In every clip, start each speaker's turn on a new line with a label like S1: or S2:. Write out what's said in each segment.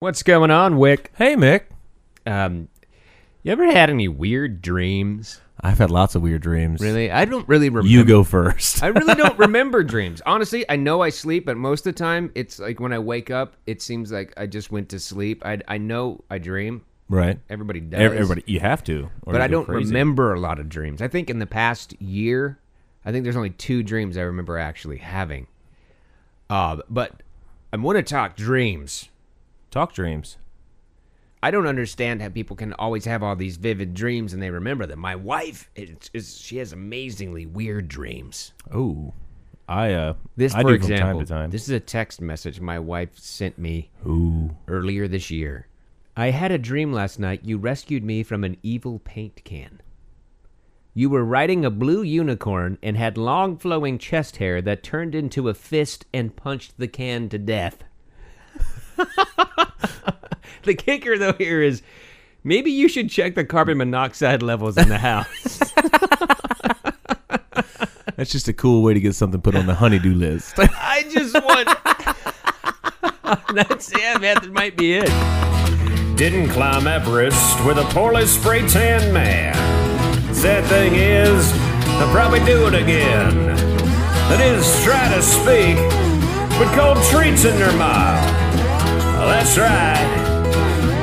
S1: What's going on, Wick?
S2: Hey, Mick.
S1: Um, you ever had any weird dreams?
S2: I've had lots of weird dreams.
S1: Really? I don't really remember.
S2: You go first.
S1: I really don't remember dreams. Honestly, I know I sleep, but most of the time, it's like when I wake up, it seems like I just went to sleep. I, I know I dream.
S2: right.
S1: Everybody does.
S2: Ev- Everybody, you have to. or
S1: But
S2: you
S1: I
S2: go
S1: don't
S2: crazy.
S1: remember a lot of dreams. I think in the past year, I think there's only two dreams I remember actually having. Uh, but I want to talk dreams.
S2: Talk dreams.
S1: I don't understand how people can always have all these vivid dreams and they remember them. My wife is, is she has amazingly weird dreams.
S2: Oh, I uh.
S1: This,
S2: I
S1: for
S2: do
S1: example,
S2: from time to time.
S1: this is a text message my wife sent me
S2: Ooh.
S1: earlier this year. I had a dream last night. You rescued me from an evil paint can. You were riding a blue unicorn and had long flowing chest hair that turned into a fist and punched the can to death. the kicker, though, here is maybe you should check the carbon monoxide levels in the house.
S2: That's just a cool way to get something put on the honeydew list.
S1: I just want. That's yeah, man. That might be it.
S3: Didn't climb Everest with a poorly spray tan man. Sad thing is, I'll probably do it again. That is, try to speak, but cold treats in their mouth. That's right.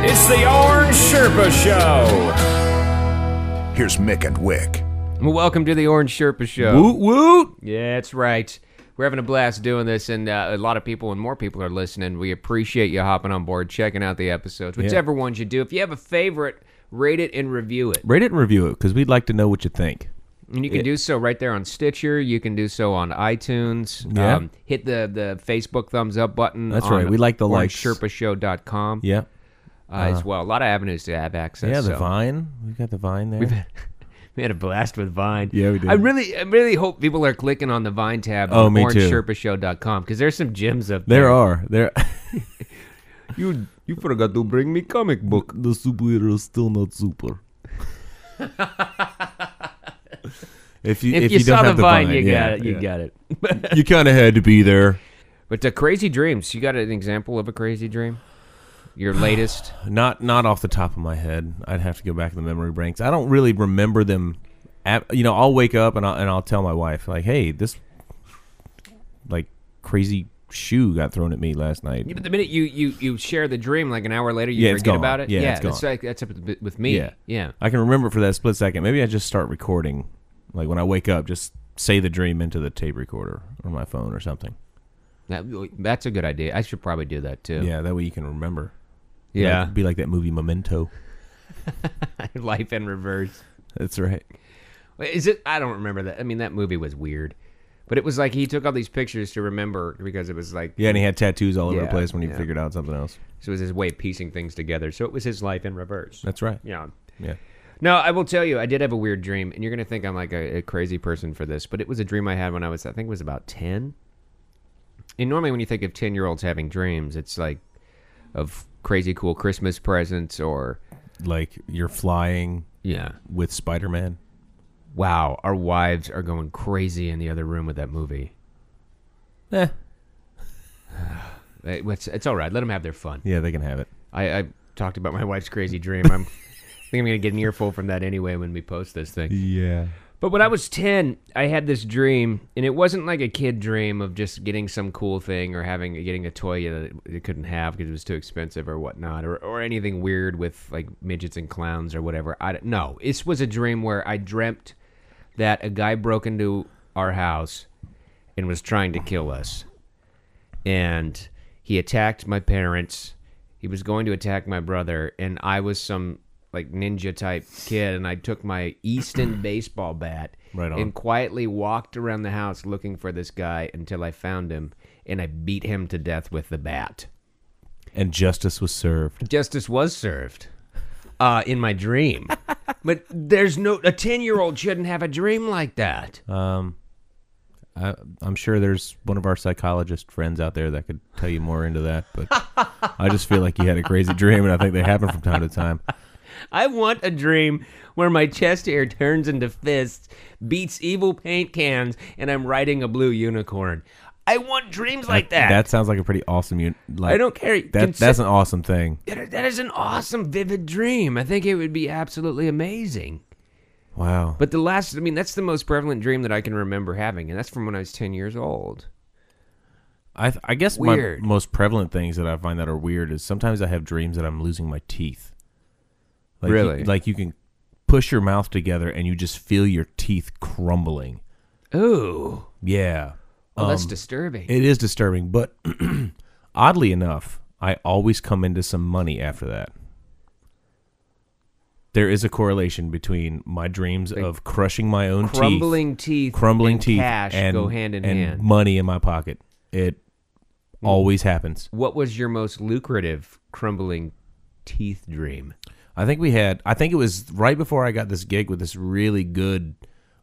S3: It's the Orange Sherpa Show.
S4: Here's Mick and Wick.
S1: Welcome to the Orange Sherpa Show.
S2: woot woot.
S1: Yeah, that's right. We're having a blast doing this, and uh, a lot of people and more people are listening. We appreciate you hopping on board, checking out the episodes, whichever ones you do. If you have a favorite, rate it and review it.
S2: Rate it and review it because we'd like to know what you think.
S1: And you can do so right there on Stitcher. You can do so on iTunes. Um,
S2: Yeah.
S1: hit the, the Facebook thumbs up button.
S2: That's right. We like the likes.
S1: SherpaShow.com
S2: Yeah.
S1: uh, as well. A lot of avenues to have access.
S2: Yeah. The
S1: so.
S2: vine. We've got the vine there.
S1: We had a blast with Vine.
S2: Yeah, we did.
S1: I really, I really hope people are clicking on the Vine tab
S2: Oh,
S1: on
S2: me too.
S1: orangesherpashow.com because there's some gems up
S2: there are there.
S1: You you forgot to bring me comic book.
S2: the superhero is still not super. if you
S1: If, you,
S2: don't
S1: saw the
S2: have
S1: vine, you
S2: yeah,
S1: got it. You
S2: yeah.
S1: got it.
S2: You kind of had to be there.
S1: But the crazy dreams. You got an example of a crazy dream? Your latest?
S2: Not not off the top of my head. I'd have to go back to the memory banks. I don't really remember them. At, you know, I'll wake up and I'll, and I'll tell my wife like, "Hey, this like crazy shoe got thrown at me last night."
S1: Yeah, but the minute you, you you share the dream, like an hour later, you
S2: Yeah, it's
S1: forget
S2: gone.
S1: about it.
S2: Yeah, it's
S1: that's
S2: gone.
S1: like that's up with- with me.
S2: Yeah.
S1: yeah.
S2: I can remember for that split second. Maybe I just start recording, like when I wake up, just say the dream into the tape recorder or my phone or something.
S1: That, that's a good idea. I should probably do that too.
S2: Yeah, that way you can remember.
S1: Yeah.
S2: Like- be like that movie Memento.
S1: Life in reverse.
S2: That's right.
S1: Wait, Is it? I don't remember that. I mean, that movie was weird, but it was like he took all these pictures to remember because it was like
S2: Yeah, and he had tattoos all over the
S1: Yeah,
S2: place when he
S1: yeah.
S2: figured out something else.
S1: so it was his way of piecing things together. So it was his life in reverse.
S2: That's right.
S1: Yeah.
S2: Yeah.
S1: No, I will tell you, I did have a weird dream, and you're gonna think I'm like a, a crazy person for this, but it was a dream I had when I was, I think, it was about ten. And normally, when you think of ten year olds having dreams, it's like of crazy cool Christmas presents or
S2: Like you're flying
S1: yeah.
S2: with Spider Man.
S1: Wow, our wives are going crazy in the other room with that movie.
S2: Eh.
S1: It- It's, it's all right. Let them have their fun.
S2: Yeah, they can have it.
S1: I, I talked about my wife's crazy dream. I'm, I think I'm gonna get an earful from that anyway when we post this thing.
S2: Yeah.
S1: But when I was ten, I had this dream, and it wasn't like a kid dream of just getting some cool thing or having getting a toy that you couldn't have because it was too expensive or whatnot, or or anything weird with like midgets and clowns or whatever. I don't- no, this was a dream where I dreamt that a guy broke into our house and was trying to kill us. And he attacked my parents. He was going to attack my brother, and I was some like ninja type kid, and I took my Easton baseball bat
S2: Right on.
S1: and quietly walked around the house looking for this guy until I found him, and I beat him to death with the bat.
S2: And justice was served.
S1: Justice was served uh, in my dream, but there's no a ten year old shouldn't have a dream like that.
S2: Um, I, I'm sure there's one of our psychologist friends out there that could tell you more into that, but I just feel like you had a crazy dream, and I think they happen from time to time.
S1: I want a dream where my chest hair turns into fists, beats evil paint cans, and I'm riding a blue unicorn. I want dreams like that.
S2: That sounds like a pretty awesome. un- Like,
S1: I don't care.
S2: That
S1: Consi-
S2: that's an awesome thing.
S1: That- that is an awesome, vivid dream. I think it would be absolutely amazing.
S2: Wow.
S1: But the last, I mean, that's the most prevalent dream that I can remember having, and that's from when I was 10 years old.
S2: I, th- I guess
S1: Weird.
S2: my most prevalent things that I find that are weird is sometimes I have dreams that I'm losing my teeth. Like you-
S1: Really?
S2: like you can push your mouth together and you just feel your teeth crumbling.
S1: Ooh.
S2: Yeah. Um,
S1: Oh, that's disturbing.
S2: It is disturbing, but oddly enough, I always come into some money after that. There is a correlation between my dreams of crushing my own teeth
S1: crumbling teeth,
S2: crumbling
S1: and
S2: teeth
S1: cash
S2: and
S1: go hand in
S2: and
S1: hand. Hmm.
S2: money in my pocket it always happens
S1: what was your most lucrative crumbling teeth dream?
S2: i think we had i think it was right before i got this gig with this really good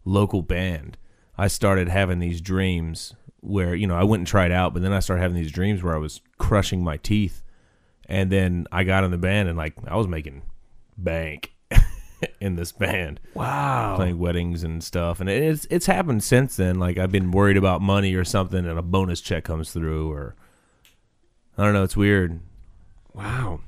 S2: local band i started having these dreams where you know i went and tried out but then i started having these dreams where i was crushing my teeth and then i got in the band and like i was making bank in this band
S1: Wow.
S2: playing weddings and stuff. And it's it's happened since then. Like I've been worried about money or something, and a bonus check comes through, or I don't know. It's weird.
S1: Wow.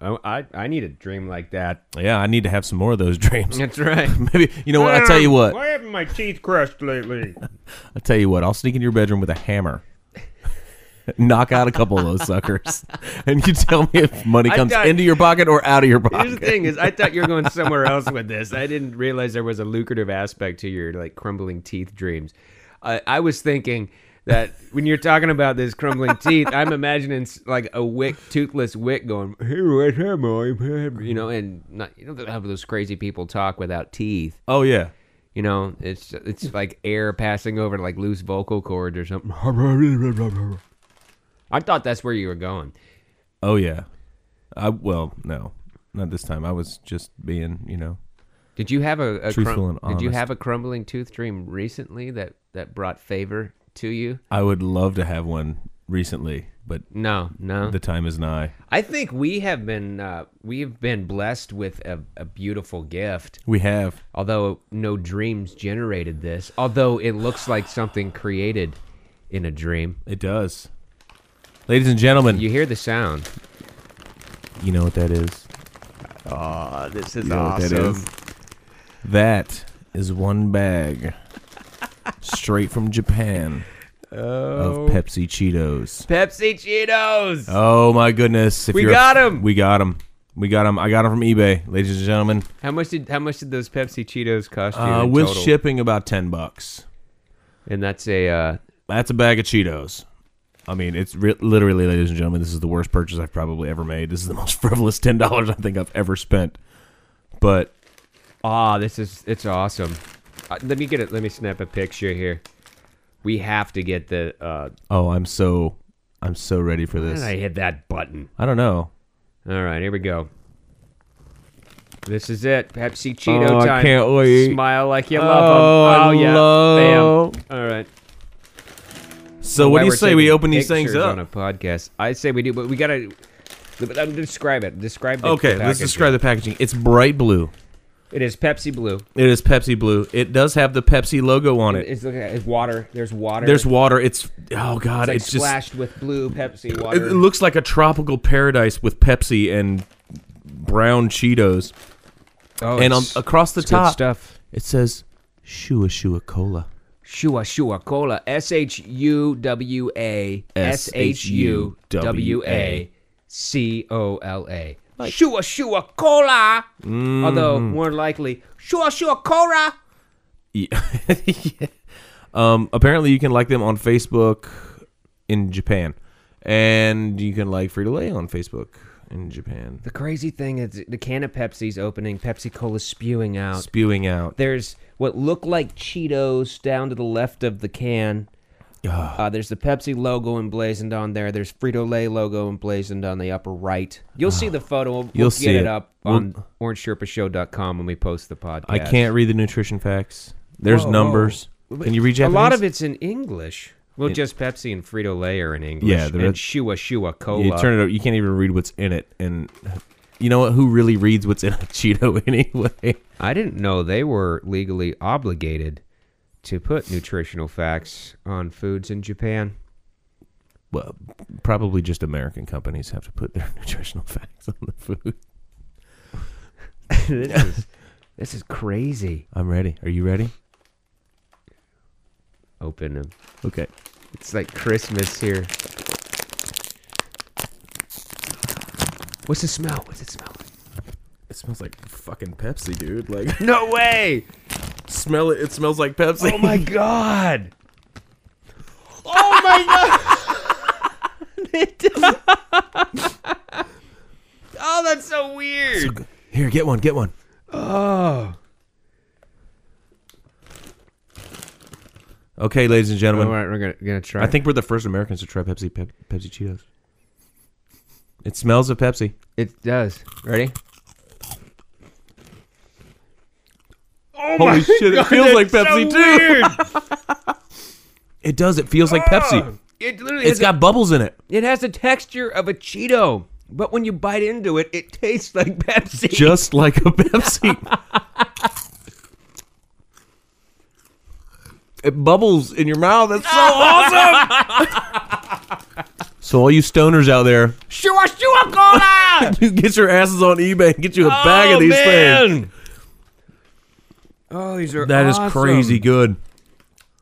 S1: Oh, I, I need a dream like that.
S2: Yeah, I need to have some more of those dreams.
S1: That's right.
S2: Maybe you know what? I tell you what.
S1: Mm.
S5: Why haven't my teeth crushed lately? Oh
S2: I tell you what. I'll sneak into your bedroom with a hammer. Knock out a couple of those suckers, and you tell me if money
S1: I
S2: comes
S1: thought-
S2: into your pocket or out of your
S1: Here's the
S2: pocket.
S1: thing is, I thought you were going somewhere else with this. I didn't realize there was a lucrative aspect to your like crumbling teeth dreams. I I was thinking that when you're talking about this crumbling teeth, I'm imagining s- like a wick, toothless wick going, "Hey, what am I?" You know, and not you know how those crazy people talk without teeth.
S2: Oh yeah,
S1: You know, it's it's like air passing over like loose vocal cords or something. I thought that's where you were going.
S2: oh yeah. I well no, not this time. I was just being you know.
S1: Did you have a, a
S2: Truthful and
S1: Did you
S2: honest.
S1: have a crumbling tooth dream recently that that brought favor to you?
S2: I would love to have one recently, but
S1: No, no.
S2: the time is nigh.
S1: I think we have been uh, we've been blessed with a, a beautiful gift.
S2: We have.
S1: Although no dreams generated this, although it looks like something created in a dream.
S2: It does. Ladies and gentlemen,
S1: You hear the sound.
S2: you know what that is.
S1: Oh, this is
S2: You know what that is. That is one bag straight from Japan
S1: Oh.
S2: of Pepsi Cheetos.
S1: Pepsi Cheetos.
S2: Oh my goodness. If
S1: We
S2: you're-
S1: got 'em.
S2: We got them. We got them. I got them from eBay, ladies and gentlemen.
S1: How much did how much did those Pepsi Cheetos cost you
S2: Uh,
S1: in
S2: with
S1: total?
S2: shipping about 10 bucks.
S1: And that's a uh,
S2: That's a bag of Cheetos. I mean, it's re- literally, ladies and gentlemen, this is the worst purchase I've probably ever made. This is the most frivolous ten dollars I think I've ever spent. But
S1: Ah, this is it's awesome. Uh, let me get it. Let me snap a picture here. We have to get the. Uh,
S2: oh, I'm so, I'm so ready for
S1: how did
S2: this.
S1: I hit that button?
S2: I don't know.
S1: All right, here we go. This is it. Pepsi Cheeto
S2: Oh, I
S1: time.
S2: can't wait.
S1: Smile like you
S2: Oh,
S1: love 'em.
S2: I
S1: Oh yeah.
S2: love-
S1: Bam. All right.
S2: So what
S1: Why
S2: do you
S1: we're
S2: say we
S1: taking
S2: open these things
S1: pictures
S2: up?
S1: on a podcast? I say we do, but we gotta. but, um, Describe it. Describe. The,
S2: okay,
S1: the
S2: let's
S1: packaging.
S2: describe the packaging. It's bright blue.
S1: It is Pepsi Blue.
S2: It is Pepsi blue. It does have the Pepsi logo on it.
S1: It's look at it's water. There's water.
S2: There's water. It's oh god,
S1: like
S2: it's, just
S1: splashed with blue Pepsi
S2: It,
S1: water.
S2: it looks like a tropical paradise with Pepsi and brown Cheetos.
S1: oh,
S2: and on,
S1: it's-
S2: across the
S1: it's good
S2: top,
S1: stuff.
S2: it says Shua Shua Cola.
S1: Shua Shua Cola. S H U W A S H U W A C O L A. Shua Shua Cola. Although more likely Shua Shua Cola.
S2: Um, apparently, you can like them on Facebook in Japan, and you can like Free to Lay on Facebook in Japan.
S1: The crazy thing is the can of Pepsi's opening, Pepsi Cola's spewing out.
S2: Spewing out.
S1: There's what look like Cheetos down to the left of the can. Uh, there's the Pepsi logo emblazoned on there. There's Frito Lay logo emblazoned on the upper right. You'll see the photo. We'll,
S2: Ah. You'll
S1: we'll
S2: see
S1: get it,
S2: it.
S1: up on orangeshirpashow.com when we post the podcast.
S2: I can't read the nutrition facts. There's
S1: Whoa,
S2: numbers. Can you read
S1: A
S2: Japanese?
S1: lot of it's in English. Well, just Pepsi and Frito Lay are in English.
S2: Yeah, they're-
S1: and Shua Shua Cola.
S2: You turn it. Over, you can't even read what's in it, and you know what? Who really reads what's in a Cheeto anyway?
S1: I didn't know they were legally obligated to put nutritional facts on foods in Japan.
S2: well, probably just American companies have to put their nutritional facts on the food.
S1: this is this is crazy.
S2: I'm ready. Are you ready?
S1: Open them.
S2: Okay.
S1: It's like Christmas here. What's the smell? What's it smell?
S6: It smells like fucking Pepsi, dude. Like
S1: No way!
S6: smell it. It smells like Pepsi.
S1: Oh my god! Oh my god! oh, that's so weird.
S2: Here, get one. Get one.
S1: oh.
S2: Okay, ladies and
S1: All
S2: gentlemen,
S1: right, we're gonna, gonna try.
S2: I think we're the first Americans to try Pepsi Pep, Pepsi Cheetos. It smells of Pepsi.
S1: it does. Ready?
S2: Holy shit! it feels like Pepsi too. It does. It feels like Pepsi.
S1: Ah. It literally
S2: It's
S1: has
S2: got bubbles in it.
S1: It has the texture of a Cheeto, but when you bite into it, it tastes like Pepsi.
S2: just like a Pepsi. it bubbles in your mouth. That's so awesome. so all you stoners out there,
S1: Shua Shua Cola!
S2: you get your asses on eBay and get you a bag of these things.
S1: Oh, these are
S2: That is crazy good.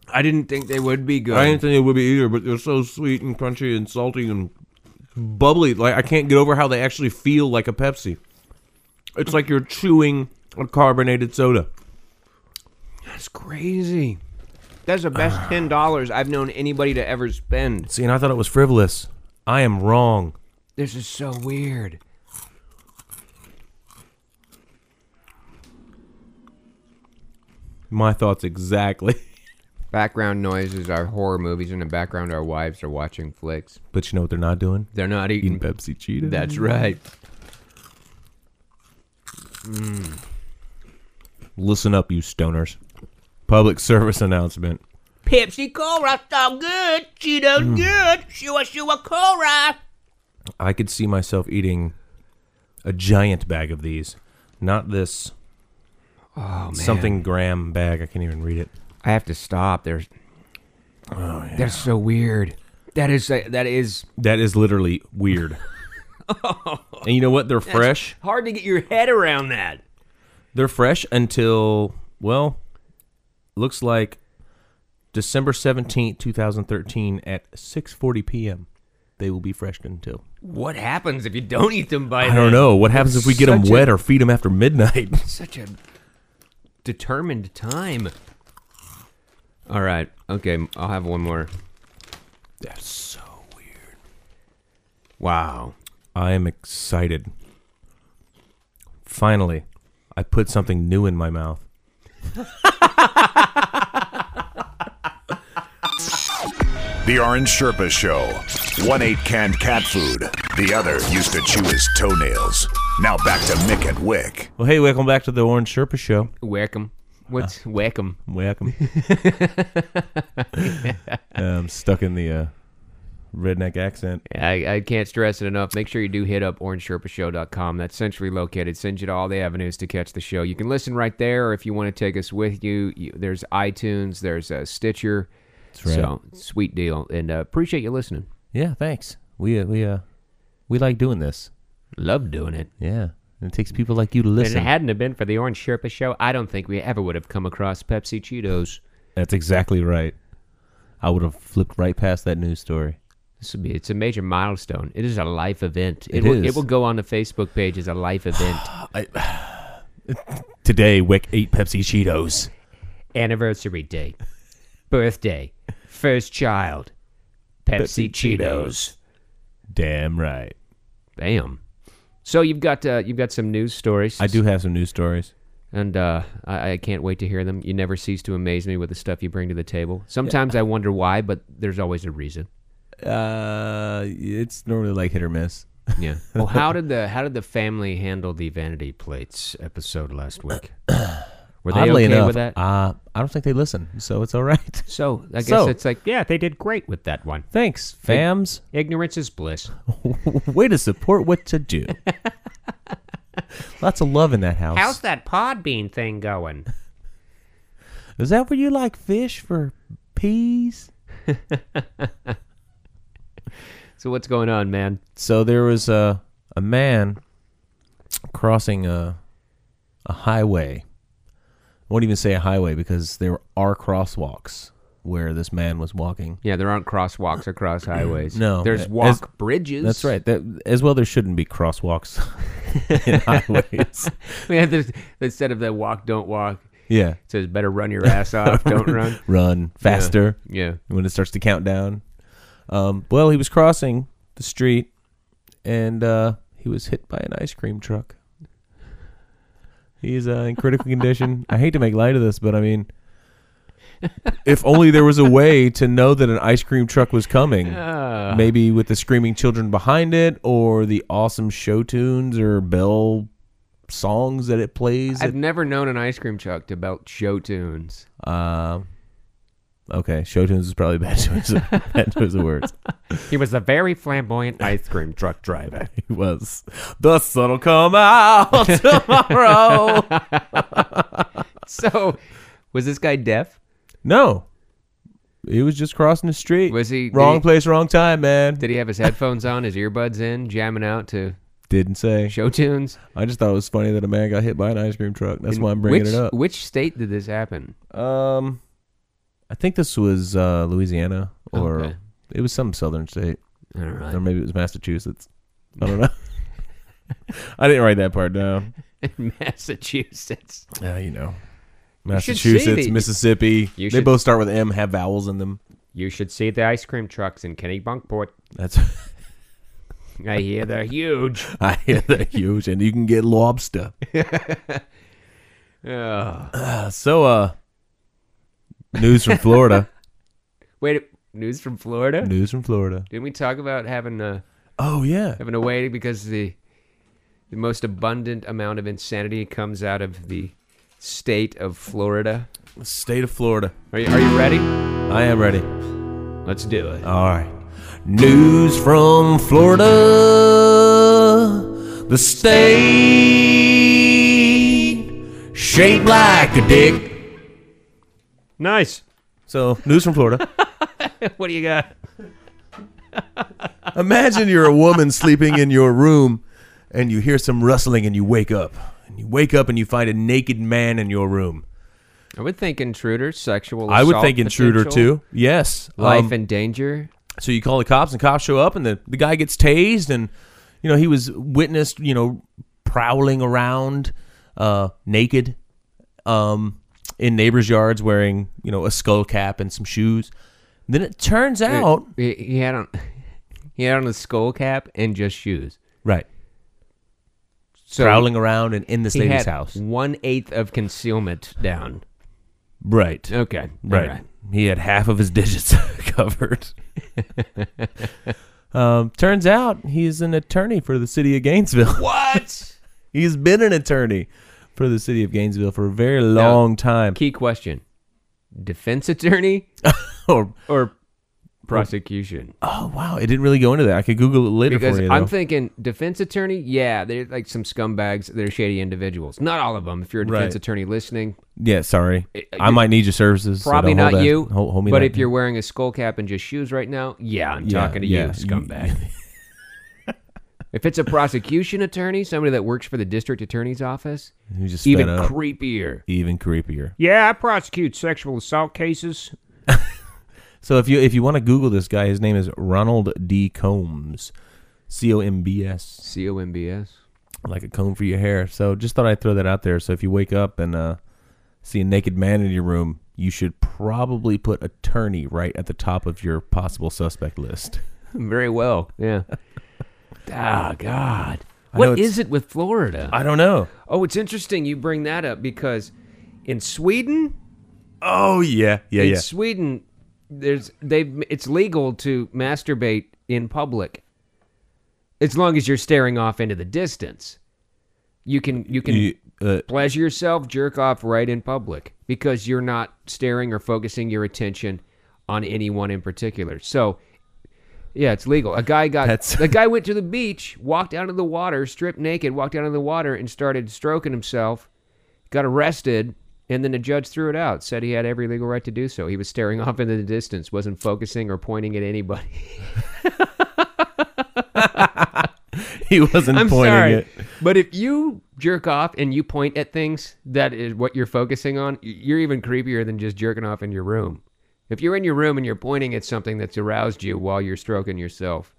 S1: I didn't think they would be good.
S2: I didn't think it would be either, but they're so sweet and crunchy and salty and bubbly. Like I can't get over how they actually feel like a Pepsi. It's like you're chewing a carbonated soda.
S1: That's crazy. That's the best ten dollars I've known anybody to ever spend.
S2: See, and I thought it was frivolous. I am wrong.
S1: This is so weird.
S2: My thoughts exactly.
S1: Background noises are horror movies, in the background our wives are watching flicks.
S2: But you know what they're not doing?
S1: They're not
S2: Eating
S1: eating.
S2: Pepsi Cheetah.
S1: That's right.
S2: Listen up, you stoners. Public service announcement. Mm.
S1: Pepsi Cola, so good. Cheetos, good. Shua Shua Cola.
S2: I could see myself eating a giant bag of these. Not this
S1: Oh man,
S2: something gram bag. I can't even read it.
S1: I have to stop. There's.
S2: Oh,
S1: That's so weird. That is that is
S2: That is literally weird. and you know what? They're fresh.
S1: hard to get your head around that.
S2: They're fresh until well, looks like December seventeenth, two thousand thirteen, at six forty p.m. They will be fresh until.
S1: What happens if you don't eat them by
S2: I don't know what happens if we get them
S1: Such a-
S2: wet or feed them after midnight.
S1: Such a determined time. All right. Okay, I'll have one more.
S2: That's so weird.
S1: Wow.
S2: I am excited. Finally, I put something new in my mouth.
S4: The Orange Sherpa Show. One ate canned cat food. The other used to chew his toenails. Now back to Mick and Wick.
S2: Well, hey, welcome back to the Orange Sherpa Show.
S1: Welcome. What's welcome?
S2: Welcome. I'm stuck in the uh, redneck accent.
S1: I, I can't stress it enough. Make sure you do hit up orangeshirpashow.com. That's centrally located. Sends you to all the avenues to catch the show. You can listen right there, or if you want to take us with you, you there's iTunes, there's uh, Stitcher. That's
S2: right.
S1: So, sweet deal. And uh, appreciate you listening.
S2: Yeah, thanks. We uh, we uh we like doing this.
S1: Love doing it.
S2: Yeah, and it takes people like you to
S1: If it
S2: listen.
S1: hadn't have been for the Orange Sherpa show, I don't think we ever would have come across Pepsi Cheetos.
S2: That's exactly right. I would have flipped right past that news story.
S1: This would be, it's a major milestone. It is a life event. It,
S2: It
S1: will,
S2: is.
S1: it will go on the Facebook page as a life event.
S2: Today, Wick ate Pepsi Cheetos.
S1: anniversary date, birthday, first child, Pepsi, Cheetos.
S2: Damn right.
S1: Bam. So you've got uh, you've got some news stories.
S2: I do have some news stories.
S1: and uh, I, I can't wait to hear them. You never cease to amaze me with the stuff you bring to the table. Sometimes I wonder why, but there's always a reason.
S2: Uh, it's normally like hit or miss.
S1: Yeah. Well, how did the how did the family handle the vanity plates episode last week? Were they
S2: Oddly
S1: okay
S2: enough,
S1: with that?
S2: uh, I don't think they listen, so it's all right.
S1: so I guess
S2: So-
S1: it's like, yeah, they did great with that one.
S2: Thanks, fams.
S1: Ignorance is bliss.
S2: Way to support what to do. Lots of love in that house.
S1: How's that Podbean thing going?
S2: Is that where you like fish for peas?
S1: So what's going on, man?
S2: So there was a a man crossing a a highway. I won't even say a highway because there are crosswalks where this man was walking.
S1: Yeah, there aren't crosswalks across highways.
S2: No.
S1: there's
S2: As-
S1: walk bridges.
S2: That's right. That, as well, there shouldn't be crosswalks in highways.
S1: We had this instead of the walk, don't walk.
S2: yeah,
S1: It says better run your ass off, don't run.
S2: run faster
S1: Yeah,
S2: when it starts to count down. Um, well, he was crossing the street, and uh, he was hit by an ice cream truck. He's uh, in critical condition. I hate to make light of this, but I mean, if only there was a way to know that an ice cream truck was coming. Maybe with the screaming children behind it, or the awesome show tunes or bell songs that it plays.
S1: I've never known an ice cream truck to belt show tunes.
S2: Uh, okay, show tunes is probably bad choice of, bad choice of words.
S1: He was a very flamboyant ice cream truck driver.
S2: He was. The sun'll come out tomorrow.
S1: so, was this guy deaf?
S2: no, he was just crossing the street.
S1: Was he- did
S2: wrong
S1: he-
S2: place, wrong time, man?
S1: Did he have his headphones on, his earbuds in, jamming out to
S2: Didn't say.
S1: show tunes?
S2: I just thought it was funny that a man got hit by an ice cream truck. That's why I'm bringing
S1: which,
S2: it up.
S1: Which state did this happen?
S2: Um, I think this was uh, Louisiana or
S1: Okay.
S2: it was some southern state,
S1: All right.
S2: or maybe it was Massachusetts. I don't know. I didn't write that part down.
S1: Massachusetts.
S2: Yeah, you know.
S1: should see
S2: Massachusetts,
S1: the-
S2: Mississippi.
S1: you
S2: they
S1: should-
S2: both start with M, have vowels in them.
S1: You should see the ice cream trucks in Kennebunkport.
S2: That's
S1: I hear they're huge.
S2: I hear they're huge and you can get lobster.
S1: Ugh.
S2: Uh, so uh news from Florida.
S1: Wait, news from Florida?
S2: news from Florida.
S1: Didn't we talk about having a
S2: Oh yeah.
S1: having a way because the the most abundant amount of insanity comes out of the state of Florida?
S2: The state of Florida.
S1: Are you, are you ready?
S2: I am ready.
S1: Let's do it.
S2: All right. News from Florida. The state shaped like a dick.
S5: Nice.
S2: So, news from Florida.
S1: what do you got?
S2: Imagine you're a woman sleeping in your room and you hear some rustling and you wake up. And you wake up and you find a naked man in your room.
S1: I would think intruder, sexual.
S2: I would
S1: assault
S2: think intruder
S1: potential,
S2: too. Yes.
S1: Life
S2: Um,
S1: in danger.
S2: so you call the cops and cops show up and the, the guy gets tased and you know he was witnessed, you know, prowling around uh naked um in neighbors' yards wearing, you know, a skull cap and some shoes. Then it turns out
S1: He, he had on he had on a skull cap and just shoes.
S2: right,
S1: So
S2: prowling around and in this
S1: he
S2: lady's
S1: had
S2: house.
S1: one eighth of concealment down.
S2: Right.
S1: Okay,
S2: Right.
S1: All right.
S2: He had half of his digits covered. um, turns out he's an attorney for the city of Gainesville. What? he's been an attorney for the city of Gainesville for a very long time.
S1: Key question: defense attorney
S2: Or-
S1: or prosecution?
S2: oh, wow. It didn't really go into that. I could Google it later
S1: Because
S2: for you.
S1: I'm
S2: though.
S1: thinking defense attorney. Yeah, they're like some scumbags. They're shady individuals. Not all of them. If you're a defense
S2: Right.
S1: attorney listening,
S2: yeah, sorry.
S1: uh,
S2: I might need your services. so
S1: probably
S2: don't hold
S1: not
S2: that-
S1: you.
S2: Hold, hold me
S1: but
S2: that-
S1: if you're wearing a skull cap and just shoes right now, yeah, I'm
S2: Yeah,
S1: talking to
S2: yeah.
S1: you, scumbag. if it's a prosecution attorney, somebody that works for the district attorney's office,
S2: you just
S1: even
S2: sped up,
S1: creepier.
S2: even creepier.
S5: Yeah, I prosecute sexual assault cases.
S2: So if you if you want to Google this guy, his name is Ronald D. Combs, C O M B S.
S1: C O M B S.
S2: like a comb for your hair. So just thought I'd throw that out there. So if you wake up and uh, see a naked man in your room, you should probably put attorney right at the top of your possible suspect list.
S1: Very well. Yeah. ah, God.
S2: I know
S1: What
S2: it's-
S1: is it with Florida?
S2: I don't know.
S1: oh, it's interesting you bring that up because in Sweden,
S2: Oh yeah, yeah,
S1: in
S2: yeah.
S1: Sweden, there's they've it's legal to masturbate in public as long as you're staring off into the distance. You can you can
S2: You, uh,
S1: pleasure yourself, jerk off right in public because you're not staring or focusing your attention on anyone in particular. So, yeah, it's legal. A guy got
S2: That's-
S1: a guy went to the beach, walked out of the water, stripped naked, walked out of the water and started stroking himself. Got arrested, and then the judge threw it out. Said he had every legal right to do so. He was staring off into the distance, wasn't focusing or pointing at anybody.
S2: he wasn't
S1: I'm
S2: pointing
S1: sorry,
S2: it.
S1: but if you jerk off and you point at things that is what you're focusing on, y- you're even creepier than just jerking off in your room. If you're in your room and you're pointing at something that's aroused you while you're stroking yourself,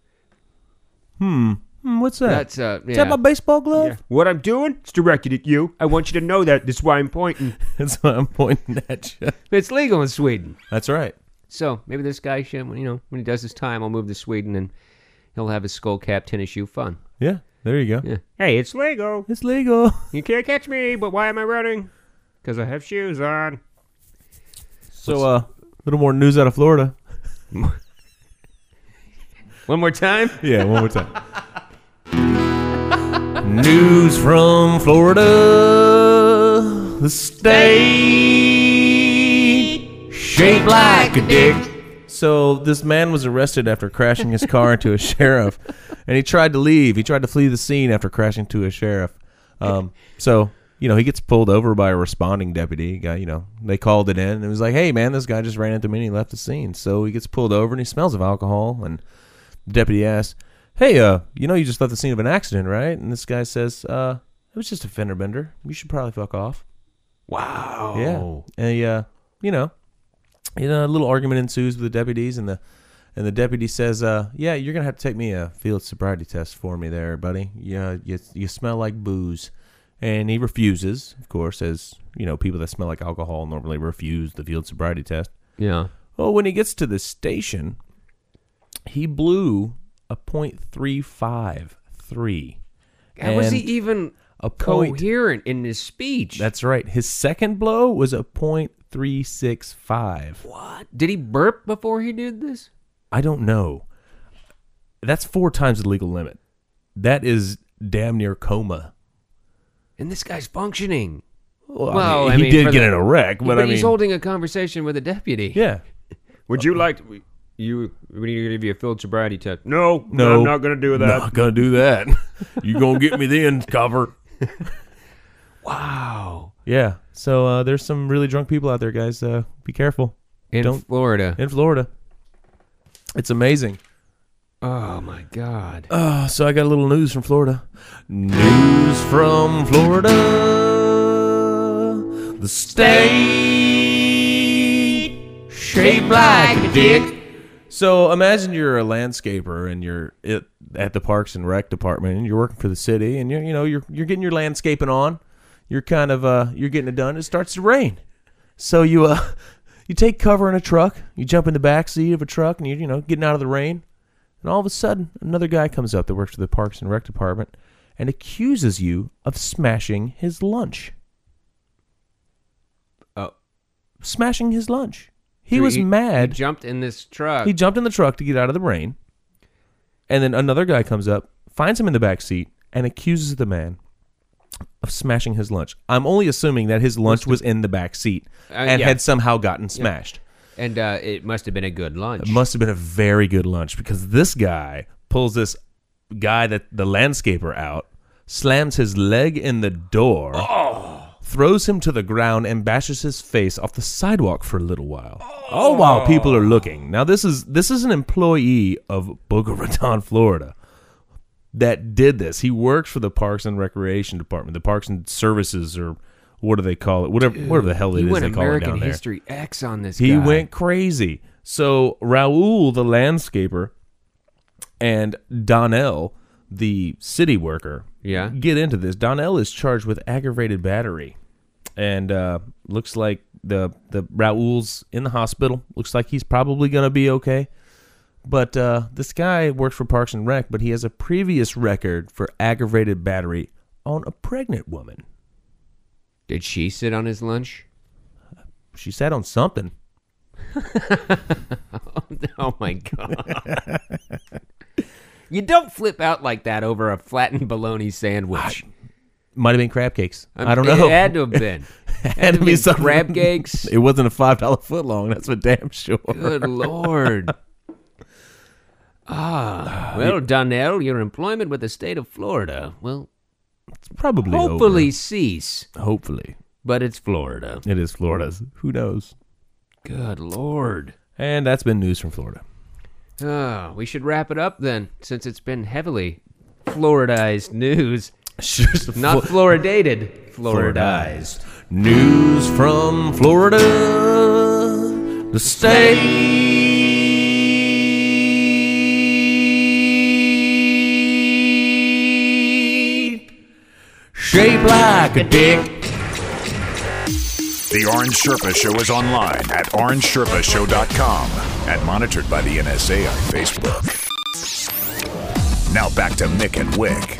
S2: Hmm, what's that?
S1: that's uh,
S2: Is
S1: yeah.
S2: that my baseball glove?
S5: What I'm doing is directed at you. I want you to know that. That's why I'm pointing.
S2: That's why I'm pointing at you.
S1: it's legal in Sweden.
S2: That's right.
S1: So maybe this guy should, you know, when he does his time, I'll move to Sweden and he'll have his skull cap tennis shoe fun.
S2: Yeah, there you go.
S1: Yeah.
S5: Hey, it's Lego.
S2: It's legal.
S5: You can't catch me, but why am I running? Because I have shoes on.
S2: So, uh, a little more news out of Florida.
S1: One more time.
S2: Yeah, one more time. News from Florida, the state shaped like a dick. So this man was arrested after crashing his car into a sheriff, and he tried to leave. He tried to flee the scene after crashing into a sheriff. Um, so you know he gets pulled over by a responding deputy. Guy, you know they called it in and it was like, "Hey man, this guy just ran into me and he left the scene." So he gets pulled over and he smells of alcohol and the deputy asks, "Hey, uh, you know you just left the scene of an accident, right?" And this guy says, "Uh, it was just a fender bender. You should probably fuck off." Wow. Yeah. And he, uh, you know, you know, a little argument ensues with the deputies, and the and the deputy says, "Uh, yeah, you're gonna have to take me a field sobriety test for me, there, buddy. Yeah, you you smell like booze." And he refuses, of course, as you know, people that smell like alcohol normally refuse the field sobriety test.
S1: Yeah.
S2: Well, when he gets to the station, he blew a point three five three.
S1: How was he
S2: And
S1: even
S2: a point?
S1: coherent in his speech?
S2: That's right. His second blow was a point three six five.
S1: what? Did he burp before he did this?
S2: I don't know. That's four times the legal limit. That is damn near coma.
S1: And this guy's functioning.
S2: Well,
S1: Well, I
S2: he
S1: mean,
S2: did
S1: for
S2: get
S1: the-
S2: in a wreck, but,
S1: but
S2: I mean,
S1: he's holding a conversation with a deputy.
S2: yeah,
S5: Would you like to, you? We need to give you a field sobriety test. No,
S2: no,
S5: I'm not gonna do that.
S2: Not gonna do that. you gonna get me then, cover.
S1: Wow.
S2: Yeah. So uh, there's some really drunk people out there, guys. Uh, be careful.
S1: In
S2: Don't-
S1: Florida.
S2: in Florida. It's amazing.
S1: oh my God.
S2: Uh, so I got a little news from Florida. News from Florida. The state shaped like a dick. So imagine you're a landscaper and you're it, at the Parks and Rec department and you're working for the city and you you know you're you're getting your landscaping on. You're kind of uh you're getting it done. It starts to rain. So you uh you take cover in a truck. You jump in the back seat of a truck and you you know getting out of the rain. And all of a sudden, another guy comes up that works for the Parks and Rec Department and accuses you of smashing his lunch.
S1: Oh.
S2: Smashing his lunch. He
S1: So
S2: was mad.
S1: He jumped in this truck.
S2: He jumped in the truck to get out of the rain. And then another guy comes up, finds him in the back seat, and accuses the man of smashing his lunch. I'm only assuming that his lunch was in the back seat and
S1: Uh, yeah.
S2: had somehow gotten smashed.
S1: and uh, it must have been a good lunch.
S2: It must have been a very good lunch because this guy pulls this guy that the landscaper out, slams his leg in the door, throws him to the ground, and bashes his face off the sidewalk for a little while.
S1: Oh,
S2: All while people are looking. Now this is this is an employee of Boca Raton, Florida. That did this. He works for the Parks and Recreation Department, the Parks and Services, or what do they call it? Whatever, whatever the hell it
S1: he
S2: is
S1: went
S2: they call it
S1: American
S2: down there.
S1: History X on this
S2: He
S1: guy.
S2: went crazy. So Raul, the landscaper, and Donnell, the city worker,
S1: Yeah.
S2: get into this. Donnell is charged with aggravated battery, and uh, looks like the the Raul's in the hospital. Looks like he's probably gonna be okay. But uh, this guy works for Parks and Rec, but he has a previous record for aggravated battery on a pregnant woman.
S1: Did she sit on his lunch?
S2: She sat on something.
S1: Oh my god. you don't flip out like that over a flattened bologna sandwich.
S2: Might have been crab cakes. I'm,
S1: I'm-
S2: I do not know.
S1: It had to have been.
S2: had
S1: to be
S2: something.
S1: crab cakes.
S2: It wasn't a five dollar foot long. That's for damn sure.
S1: Good lord. Ah, well, Donnell, your employment with the state of Florida will
S2: Probably. over.
S1: hopefully cease,
S2: Hopefully,
S1: but it's Florida.
S2: it is Florida's. Who knows?
S1: Good lord.
S2: And that's been news from Florida.
S1: Ah, we should wrap it up then, since it's been heavily Floridized news.
S2: Sure.
S1: Not Floridated. Floridized.
S2: News from Florida, the state shaped like a dick.
S4: The Orange Sherpa Show is online at orangeshirpashow.com and monitored by the NSA on Facebook. Now back to Mick and Wick.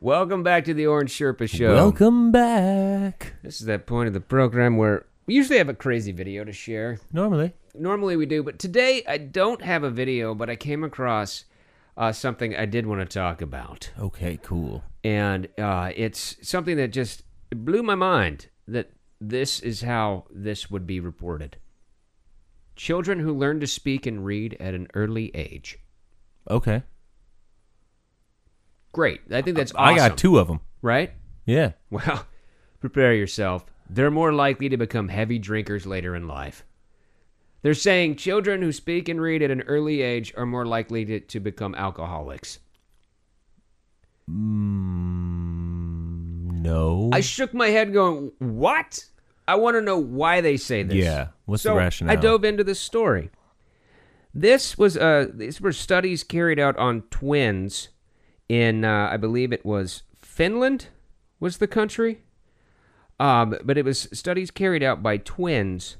S1: Welcome back to the Orange Sherpa Show.
S2: Welcome back.
S1: This is that point of the program where we usually have a crazy video to share.
S2: Normally,
S1: Normally we do, but today I don't have a video, but I came across uh, something I did want to talk about.
S2: okay, cool.
S1: and uh, it's something that just blew my mind that this is how this would be reported. Children who learn to speak and read at an early age.
S2: Okay,
S1: Great. I think that's awesome.
S2: I got two of them.
S1: Right?
S2: Yeah,
S1: Well, prepare yourself. They're more likely to become heavy drinkers later in life. They're saying children who speak and read at an early age are more likely to, to become alcoholics.
S2: no.
S1: I shook my head going, What? I want to know why they say this.
S2: Yeah. What's the
S1: So,
S2: rationale?
S1: I dove into this story. This was uh these were studies carried out on twins in uh, I believe it was Finland was the country. Um, but it was studies carried out by twins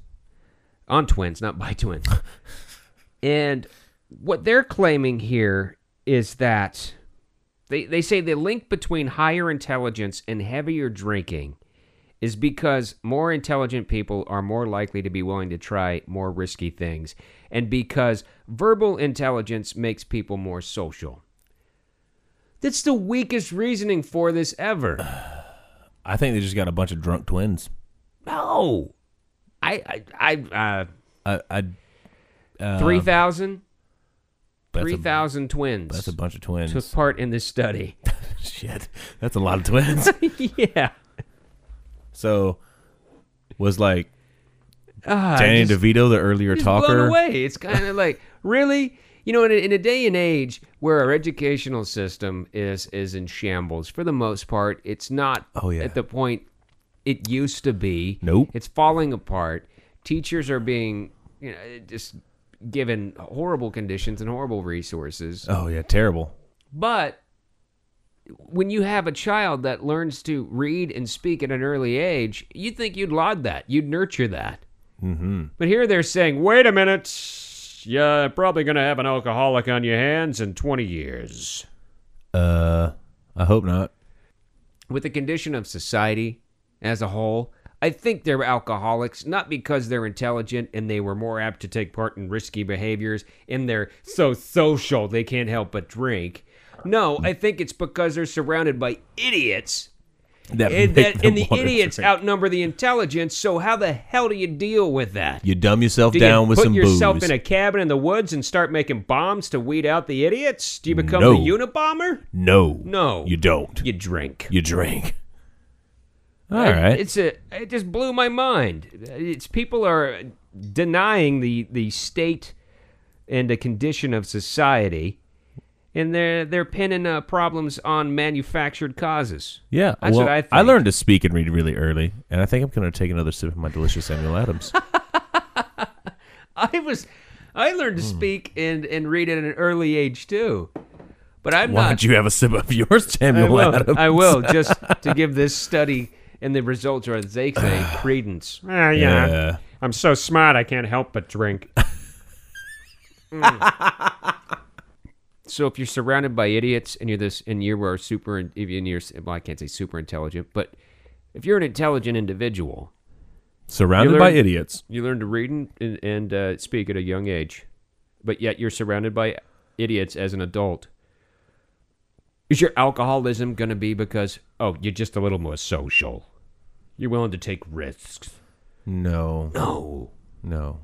S1: on twins, not by twins. and what they're claiming here is that they, they say the link between higher intelligence and heavier drinking is because more intelligent people are more likely to be willing to try more risky things, and because verbal intelligence makes people more social. That's the weakest reasoning for this ever.
S2: I think they just got a bunch of drunk twins.
S1: No, I, I, I
S2: I, I
S1: uh, three thousand,
S2: that's,
S1: three
S2: a,
S1: thousand twins
S2: that's a bunch of twins.
S1: took part in this study.
S2: Shit, that's a lot of twins.
S1: yeah,
S2: so, was like
S1: Ah,
S2: Danny
S1: just-
S2: DeVito the earlier
S1: just blown
S2: talker?
S1: away. It's kind of like really, you know, in a, in a day and age where our educational system is is in shambles for the most part. It's not
S2: Oh, yeah.
S1: at the point it used to be.
S2: Nope.
S1: it's falling apart. Teachers are being you know just given horrible conditions and horrible resources.
S2: Oh yeah, terrible.
S1: But when you have a child that learns to read and speak at an early age, you'd think you'd laud that, you'd nurture that. Mm-hmm. But here they're saying, wait a minute, you're probably going to have an alcoholic on your hands in 20 years.
S2: Uh, I hope not.
S1: With the condition of society as a whole, I think they're alcoholics not because they're intelligent and they were more apt to take part in risky behaviors and they're so social they can't help but drink. No,
S2: Hmm.
S1: I think it's because they're surrounded by idiots
S2: That
S1: and,
S2: make
S1: that,
S2: them
S1: and the
S2: wanna
S1: idiots
S2: drink.
S1: outnumber the intelligence. So how the hell do you deal with that?
S2: You dumb yourself
S1: do
S2: down
S1: you
S2: with
S1: put
S2: some
S1: yourself
S2: booze.
S1: in a cabin in the woods and start making bombs to weed out the idiots? Do you become
S2: No.
S1: the Unabomber?
S2: no,
S1: No.
S2: you don't. You,
S1: You drink.
S2: drink. All
S1: I-
S2: right.
S1: It's a. It just blew my mind. It's people are denying the the state and the condition of society, and they're they're pinning uh, problems on manufactured causes.
S2: yeah.
S1: That's
S2: well,
S1: what I think.
S2: learned to speak and read really early, and I think I'm gonna take another sip of my delicious Samuel Adams.
S1: I was I learned to
S2: Hmm.
S1: speak and and read at an early age too. But I'm
S2: Why
S1: not
S2: don't you have a sip of yours,
S1: I
S2: Samuel
S1: will,
S2: Adams?
S1: I will just to give this study and the results are as they say credence.
S5: Ah, yeah.
S2: Yeah.
S5: I'm so smart, I can't help but drink.
S1: Mm. So if you're surrounded by idiots and you're this and you are super and you're well I can't say super intelligent, but if you're an intelligent individual,
S2: Surrounded
S1: You
S2: by
S1: learn-
S2: idiots.
S1: you learn to read and and, and uh, speak at a young age, but yet you're surrounded by idiots as an adult. Is your alcoholism going to be because oh you're just a little more social, you're willing to take risks?
S2: No,
S1: No,
S2: no,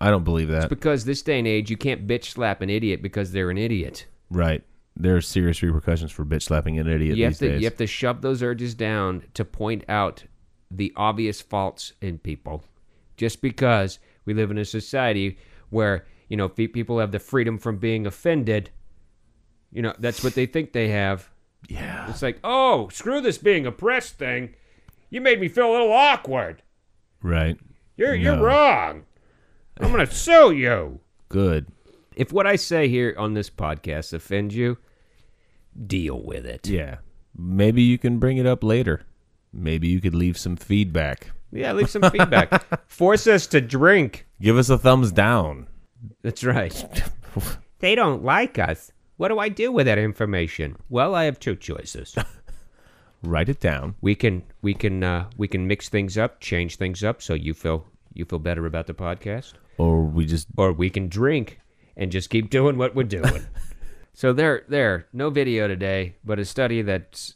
S2: I don't believe that.
S1: because this day and age you can't bitch slap an idiot because they're an idiot.
S2: Right. There are serious repercussions for bitch slapping an idiot
S1: you have
S2: these
S1: to
S2: days.
S1: you have to shove those urges down to point out the obvious faults in people just because we live in a society where you know, fe- people have the freedom from being offended. You know, that's what they think they have. Yeah. It's like, oh, screw this being oppressed thing. You made me feel a little awkward.
S2: Right.
S1: You're you're
S2: No.
S1: wrong. I'm gonna sue you.
S2: Good.
S1: If what I say here on this podcast offends you, deal with it.
S2: Yeah. Maybe you can bring it up later. Maybe you could leave some feedback.
S1: Yeah, leave some feedback. Force us to drink.
S2: Give us a thumbs down.
S1: That's right. they don't like us. What do I do with that information? Well, I have two choices.
S2: Write it down.
S1: we can we can uh, we can mix things up, change things up, so you feel you feel better about the podcast,
S2: Or we just
S1: or we can drink and just keep doing what we're doing. so there, there, no video today, but a study that's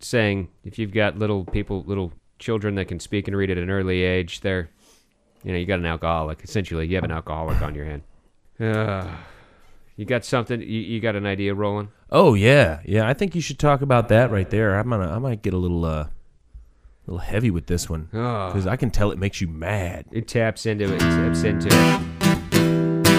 S1: saying if you've got little people, little children that can speak and read at an early age, they're you know you got an alcoholic. Essentially, you have an alcoholic on your hand. Ugh. you got something? You, you got an idea rolling?
S2: Oh yeah, yeah. I think you should talk about that right there. I'm gonna, I might get a little, uh, little heavy with this one
S6: Ah.
S2: because I can tell it makes you mad.
S1: It taps into it. It taps into it.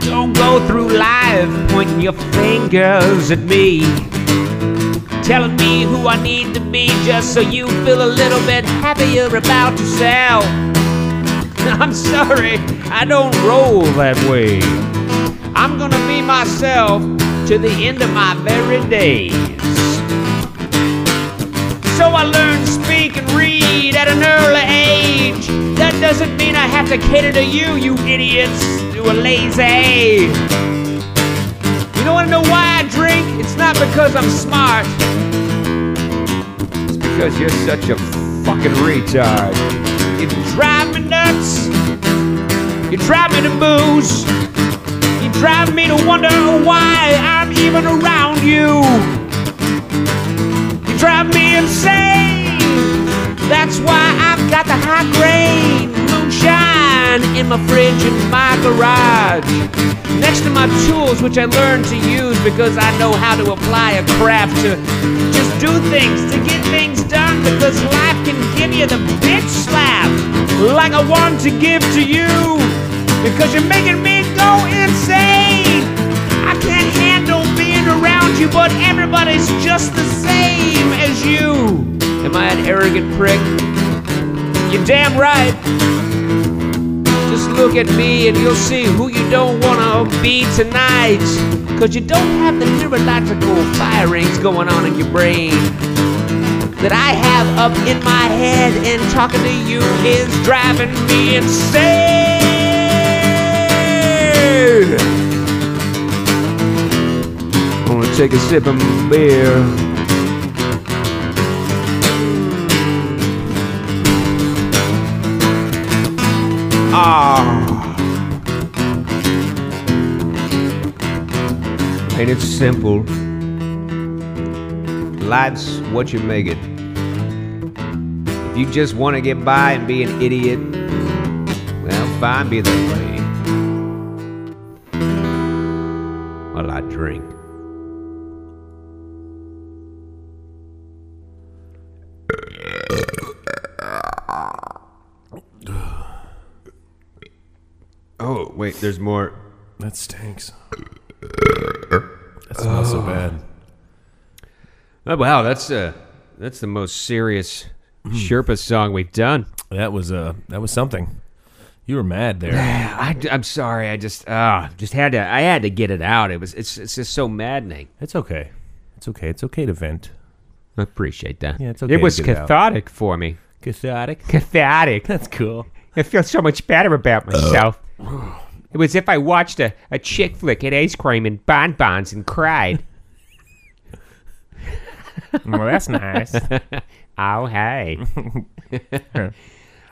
S5: Don't go through life pointing your fingers at me. Telling me who I need to be just so you feel a little bit happier about yourself. I'm sorry, I don't roll that way. I'm gonna be myself to the end of my very days. So I learned to speak and read at an early age. That doesn't mean I have to cater to you, you idiots. You are lazy. You don't want to know why I drink? It's not because I'm smart. It's because you're such a fucking retard. You drive me nuts. You drive me to booze. You drive me to wonder why I'm even around you. You drive me insane. That's why I've got the high grade moonshine in my fridge and my garage. Next to my tools, which I learned to use because I know how to apply a craft to just do things, to get things done, because life can give you the bitch slap like I want to give to you. Because you're making me go insane. I can't handle being around you, but everybody's just the same as you. Am I an arrogant prick? You're damn right. Just look at me and you'll see who you don't wanna be tonight. Cause you don't have the neurological firings going on in your brain that I have up in my head, and talking to you is driving me insane. I wanna take a sip of my beer. Ah. And it's simple. Life's what you make it. If you just want to get by and be an idiot, well, fine, be that way. Well, I drink. Oh, wait, there's more.
S6: That stinks. Ah. That smells so bad.
S1: Oh, wow, that's uh that's the most serious Sherpa song we've done.
S2: That was uh, that was something. You were mad there.
S1: I, am sorry. I just ah just had to. I had to get it out. It was it's it's just so maddening.
S2: it's okay. It's okay. It's okay to vent.
S1: I appreciate that.
S2: Yeah, it's okay
S1: It
S2: to
S1: was
S2: get it out.
S1: cathartic for me.
S2: Cathartic.
S1: Cathartic.
S2: That's cool.
S1: I feel so much better about myself. it was if I watched a, a chick flick, at ice cream and bonbons and cried.
S2: Well, that's nice.
S1: Oh, hey.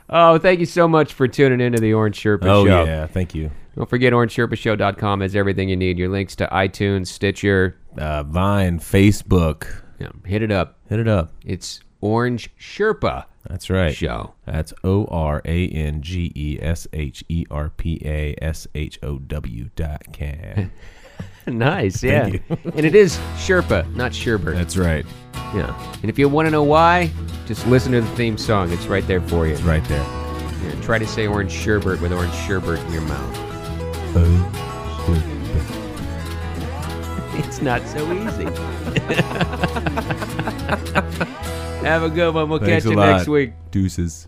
S1: oh, thank you so much for tuning into the Orange Sherpa
S2: oh
S1: Show.
S2: yeah, thank you.
S1: Don't forget orangeshirpashow.com has everything you need. Your links to iTunes, Stitcher.
S2: Uh, Vine, Facebook,
S1: Yeah, hit it up.
S2: hit it up.
S1: It's Orange Sherpa
S2: That's right.
S1: Show.
S2: That's O R A N G E S H E R P A S H O W dot com.
S1: nice, yeah.
S2: Thank
S1: and it is Sherpa, not Sherber.
S2: That's right. Yeah,
S1: And if you want to know why, just listen to the theme song. It's right there for you.
S2: it's right there.
S1: Here, try to say orange sherbet with orange sherbet in your mouth. It's not so easy. Have a good one. We'll catch
S2: Thanks a
S1: you next
S2: lot.
S1: week.
S2: Deuces.